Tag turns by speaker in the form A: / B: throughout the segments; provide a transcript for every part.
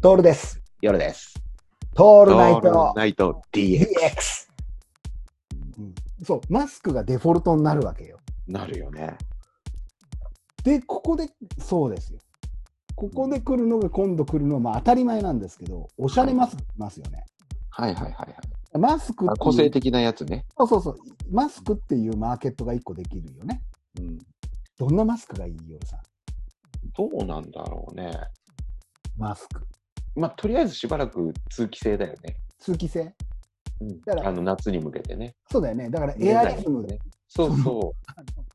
A: トールです。
B: 夜です。
A: ト
B: オ
A: ールナイト
B: ナイト
A: DX。
B: DX。
A: うんそう、マスクがデフォルトになるわけよ。
B: なるよね。
A: で、ここで、そうですよ。ここで来るのが今度来るのは、まあ当たり前なんですけど、おしゃれマスク来ますよね。
B: はいはいはいはい。
A: マスクってい
B: あ
A: う
B: 個性的なやつね。
A: そうそうそう。マスクっていうマーケットが一個できるよね。
B: うん。
A: どんなマスクがいいよ、さん。
B: どうなんだろうね。
A: マスク。
B: まあ、とりあえずしばらく通気性だよね。
A: 通気性
B: うん
A: だか、ら
B: あの夏に向けてね。
A: そうだよね。だからエアリズム、
B: ね。そうそ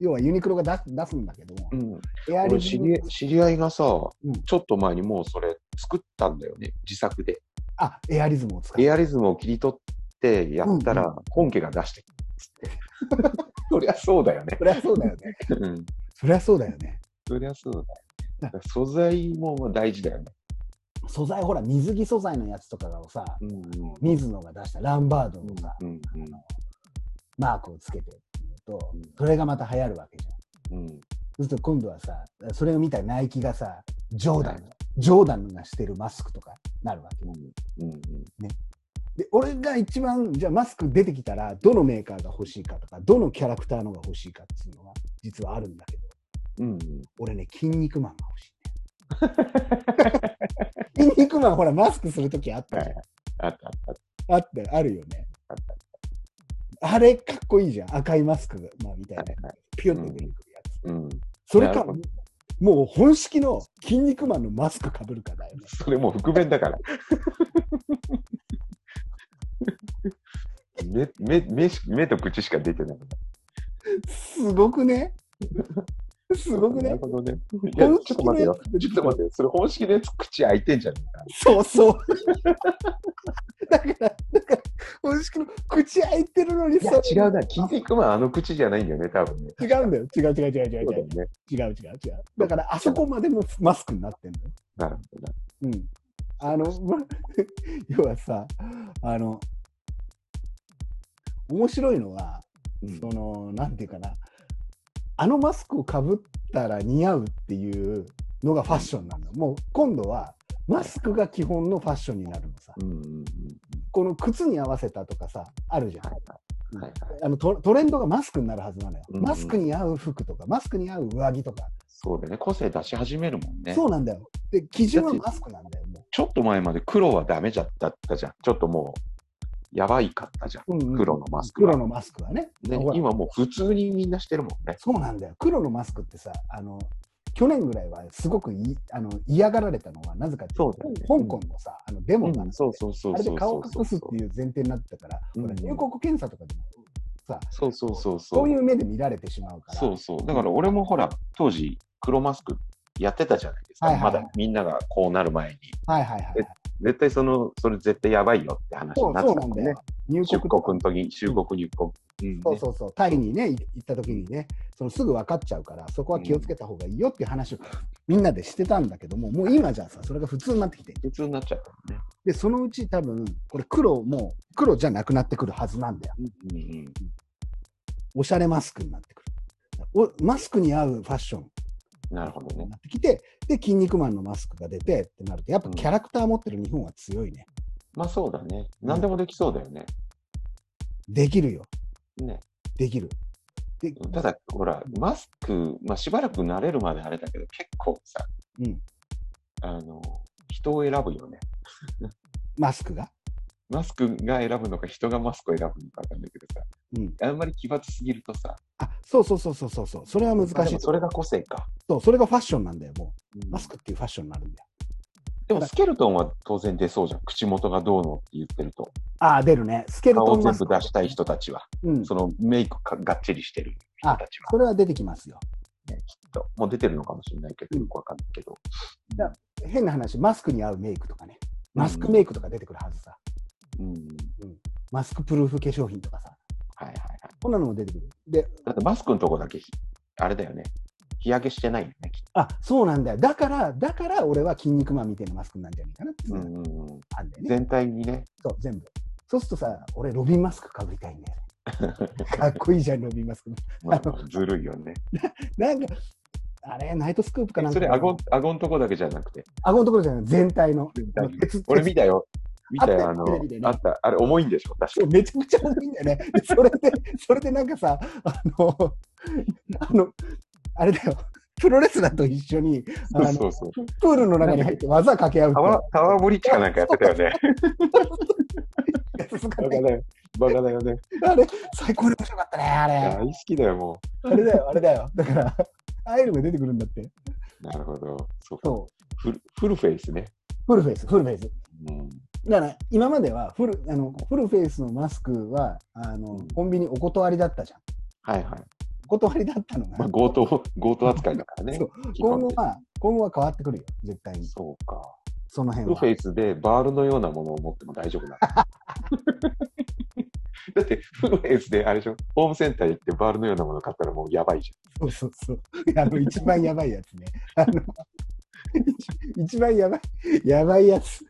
A: 要はユニクロが出す出すんだけども
B: う。う、ん。
A: エア
B: 俺
A: リ
B: 知
A: ズ
B: り
A: ム
B: 合い、知り合いがさ、
A: ん
B: ちょっと前にもうそれ作ったんだよね。自作で。
A: あ、エアリズムを使う。
B: エアリズムを切り取ってやった
A: う
B: ら、本家が出してきたっつって。 そりゃそうだよね。
A: そりゃそうだよね。
B: うん。
A: そりゃそうだよね。
B: そりゃそうだよね。だから素材もまあ大事だよね。
A: 素材、ほら、水着素材のやつとかをさ、
B: うんうん
A: 水野が出したランバードのさ、
B: うん
A: マークをつけてっていうと
B: うん、
A: それがまた流行るわけじゃん。
B: うんうん
A: そうすると今度はさ、それを見たナイキがさ、ジョーダン、ジョーダンがしてるマスクとかなるわけ
B: う
A: よ。
B: んうん
A: で、俺が一番、じゃあマスク出てきたら、どのメーカーが欲しいかとか、どのキャラクターのが欲しいかっていうのは、実はあるんだけど、
B: うん
A: 俺ね、筋肉マンが欲し い、ね。筋肉マン、ほら、マスクするときあったじゃん。
B: あったあった
A: あったよ、あるよね
B: あっ。
A: あれ、かっこいいじゃん。赤いマスクが、まあ、みたいな
B: はいはい。
A: ピヨンって出てくるやつ。
B: うん
A: それか
B: なるほ、
A: もう本式の筋肉マンのマスクかぶるかだよね。
B: それもう覆面だから目目目し目と口しか出てない
A: すごくねすごく
B: な
A: ね
B: るほどねいやちょっと待ってよ
A: 本式のやつ
B: ちょっと待ってよそれ本式のやつ口開いてんじゃね
A: そうそう。だから、だから、本式の口開いてるのに
B: えか
A: さ、
B: いや違うな聞いていくまああの口じゃないんだよね多分ね
A: 違うんだよ。違う違う違う違う
B: そうだ
A: 違
B: よ
A: う。
B: ね
A: 違う違う違う。だから、あそこまでのマスクになってんのよ。
B: なるほど
A: うん。あ
B: な
A: の、 ま要はさ、あの、面白いのは、
B: うん
A: その、なんていうかな、あのマスクをかぶったら似合うっていうのがファッションなんだ。もう今度は、マスクが基本のファッションになるのさ。
B: うんうんうん
A: この靴に合わせたとかさ、あるじゃん
B: は。いはいはいはい
A: あのトトレンドがマスクになるはずなのよ。
B: うん
A: マスクに合う服とか、マスクに合う上着とか。
B: そうだよね個性出し始めるもんね
A: そうなんだよ。で、基準はマスクなんだよ、も
B: ちょっと前まで黒はダメじゃだったじゃん。ちょっともう、やばいかったじゃん。
A: う。うんうん
B: 黒のマスクは
A: 黒のマスクはね。
B: ね
A: ほら、
B: 今もう普通にみんなしてるもんね。
A: そうなんだよ。黒のマスクってさ、あの、去年ぐらいはすごくいあの嫌がられたのは、なぜかってい
B: そうだよね
A: と、香港のさ、あのデモがあって、
B: そうそうそうそう。
A: あれで顔隠すって
B: う。
A: いう前提になってたから、
B: うん
A: ほら入国検査とかでもさ、
B: そうそうそうそう。
A: そういう目で見られてしまうから、
B: そうそう。だから俺もほら、当時、黒マスクやってたじゃないですか。
A: はいはいはい
B: まだみんながこうなる前に。
A: はいはいはい、
B: え絶対その、それ絶対やばいよって話
A: そ
B: に
A: う
B: なっ
A: そう
B: て
A: な
B: た
A: ん
B: もん
A: だ
B: ね
A: よ。。入
B: 出
A: 国とか
B: 国の時に、就国入国。うんね
A: そうそうそう、タイにね、い行った時にね、そのすぐ分かっちゃうから、そこは気をつけた方がいいよっていう話をみんなでしてたんだけども、もう今じゃあさ、それが普通になってきてる、
B: 普通になっちゃったもんね。
A: で、そのうち多分、これ黒、もう黒じゃなくなってくるはずなんだよ。
B: うんうんうん
A: おしゃれマスクになってくる。おマスクに合うファッション
B: なるほどね
A: に。なってきて、で、筋肉マンのマスクが出てってなると、やっぱキャラクター持ってる日本は強いね。
B: まあそうだね。何でもできそうだよね。
A: できるよ。
B: ね。
A: できる。で
B: ただ、ほら、マスク、まあ、しばらく慣れるまであれだけど、結構さ、
A: うん、
B: あの、人を選ぶよね。
A: マスクが。
B: マスクが選ぶのか、人がマスクを選ぶのかわかんないけどさ、
A: うん、
B: あんまり奇抜すぎるとさ、
A: あそうそうそうそうそうそう、それは難し
B: まあで
A: い
B: もそれが個性か。
A: そう。それがファッションなんだよ、もう。マス
B: ク
A: クっていうファッションになるんだよ。
B: でも、スケルトンは当然出そうじゃん。口元がどうのって言ってると。
A: ああ、出るね。スケル
B: 顔
A: ト
B: を
A: ンマ
B: 全
A: スク。
B: 部出したい人たちは、
A: うん、そ
B: そのメイクかがっちりしてる人たちは、
A: れは出てきますよ。
B: ね、きっと。もう出てるのかもしれないけど、
A: うん
B: よくわかんないけど。
A: だ変な話、マスクに合うメイクとかね。マスクメイクとか出てくるはずさ。
B: うん。
A: マスクプルーフ化粧品とかさ。
B: はいはいはい。
A: こんなのも出てくる。で、
B: だってマスクのとこだけひ、あれだよね。日焼けしてないよね、きっ
A: あそうなんだよ。だから、だから俺は筋肉マンみたいなマスクなんじゃないかなっていう
B: と、
A: のが
B: うんうん
A: あんだよね。
B: 全体に ね。
A: そう、全部。そうするとさ、俺、ロビンマスクかぶりた いんだよね。かっこいいじゃん、ロビンマスク。
B: まあまあずるいよね。
A: なんか、あれ、ナイトスクープかなんか。
B: それ、顎、顎のとこだけじゃなくて。
A: 顎のところじゃない、全体の。
B: 全体の
A: 鉄鉄
B: 俺見たよ。見たよ、
A: あ
B: あ
A: ったよ
B: の
A: テレビで、ね
B: あった。あれ、重いんでしょ確
A: そう
B: か
A: めちゃくちゃ重いんだよね。でそれで、 それでなんかさ、あの、 あの、あれだよ、プロレスラーと一緒に、あ
B: に。
A: の
B: そうそうそう。
A: プールの中に入って技掛け合うって
B: タワー、タワーブリッジかなんかやってた よね。
A: やつとか
B: バカ
A: ね
B: だよ。バカだよ ね。
A: あれ、最高に面白かったね、あれ。
B: 大好きだよ、も
A: あれだよ、あれだよ。だから、ああいうのが出てくるんだって。
B: う。なるほど。そうか。
A: そ
B: フルフルフェイスね。
A: う、フルフェイス、フルフェイス。
B: うん。
A: だから、今まではフルあの、フルフェイスのマスクは、あの、コンビニお断りだったじゃん。
B: はいはい。
A: お断りだったのが、
B: まあ、強盗、強盗扱いだからね
A: そう。
B: 基
A: 今
B: 本
A: 後
B: 的に
A: は、今後は変わってくるよ、絶対に。
B: そうか。
A: その
B: フ
A: 辺
B: ル
A: は
B: フ。ェイスでバールのようなものを持っても大丈夫 なのだって、フルフェイスで、あれでしょ、ホームセンター行ってバールのようなもの買ったらもうやばいじ
A: そうそうそう。あの、一番やばいやつね。あの、一一番やばい、やばいやつ。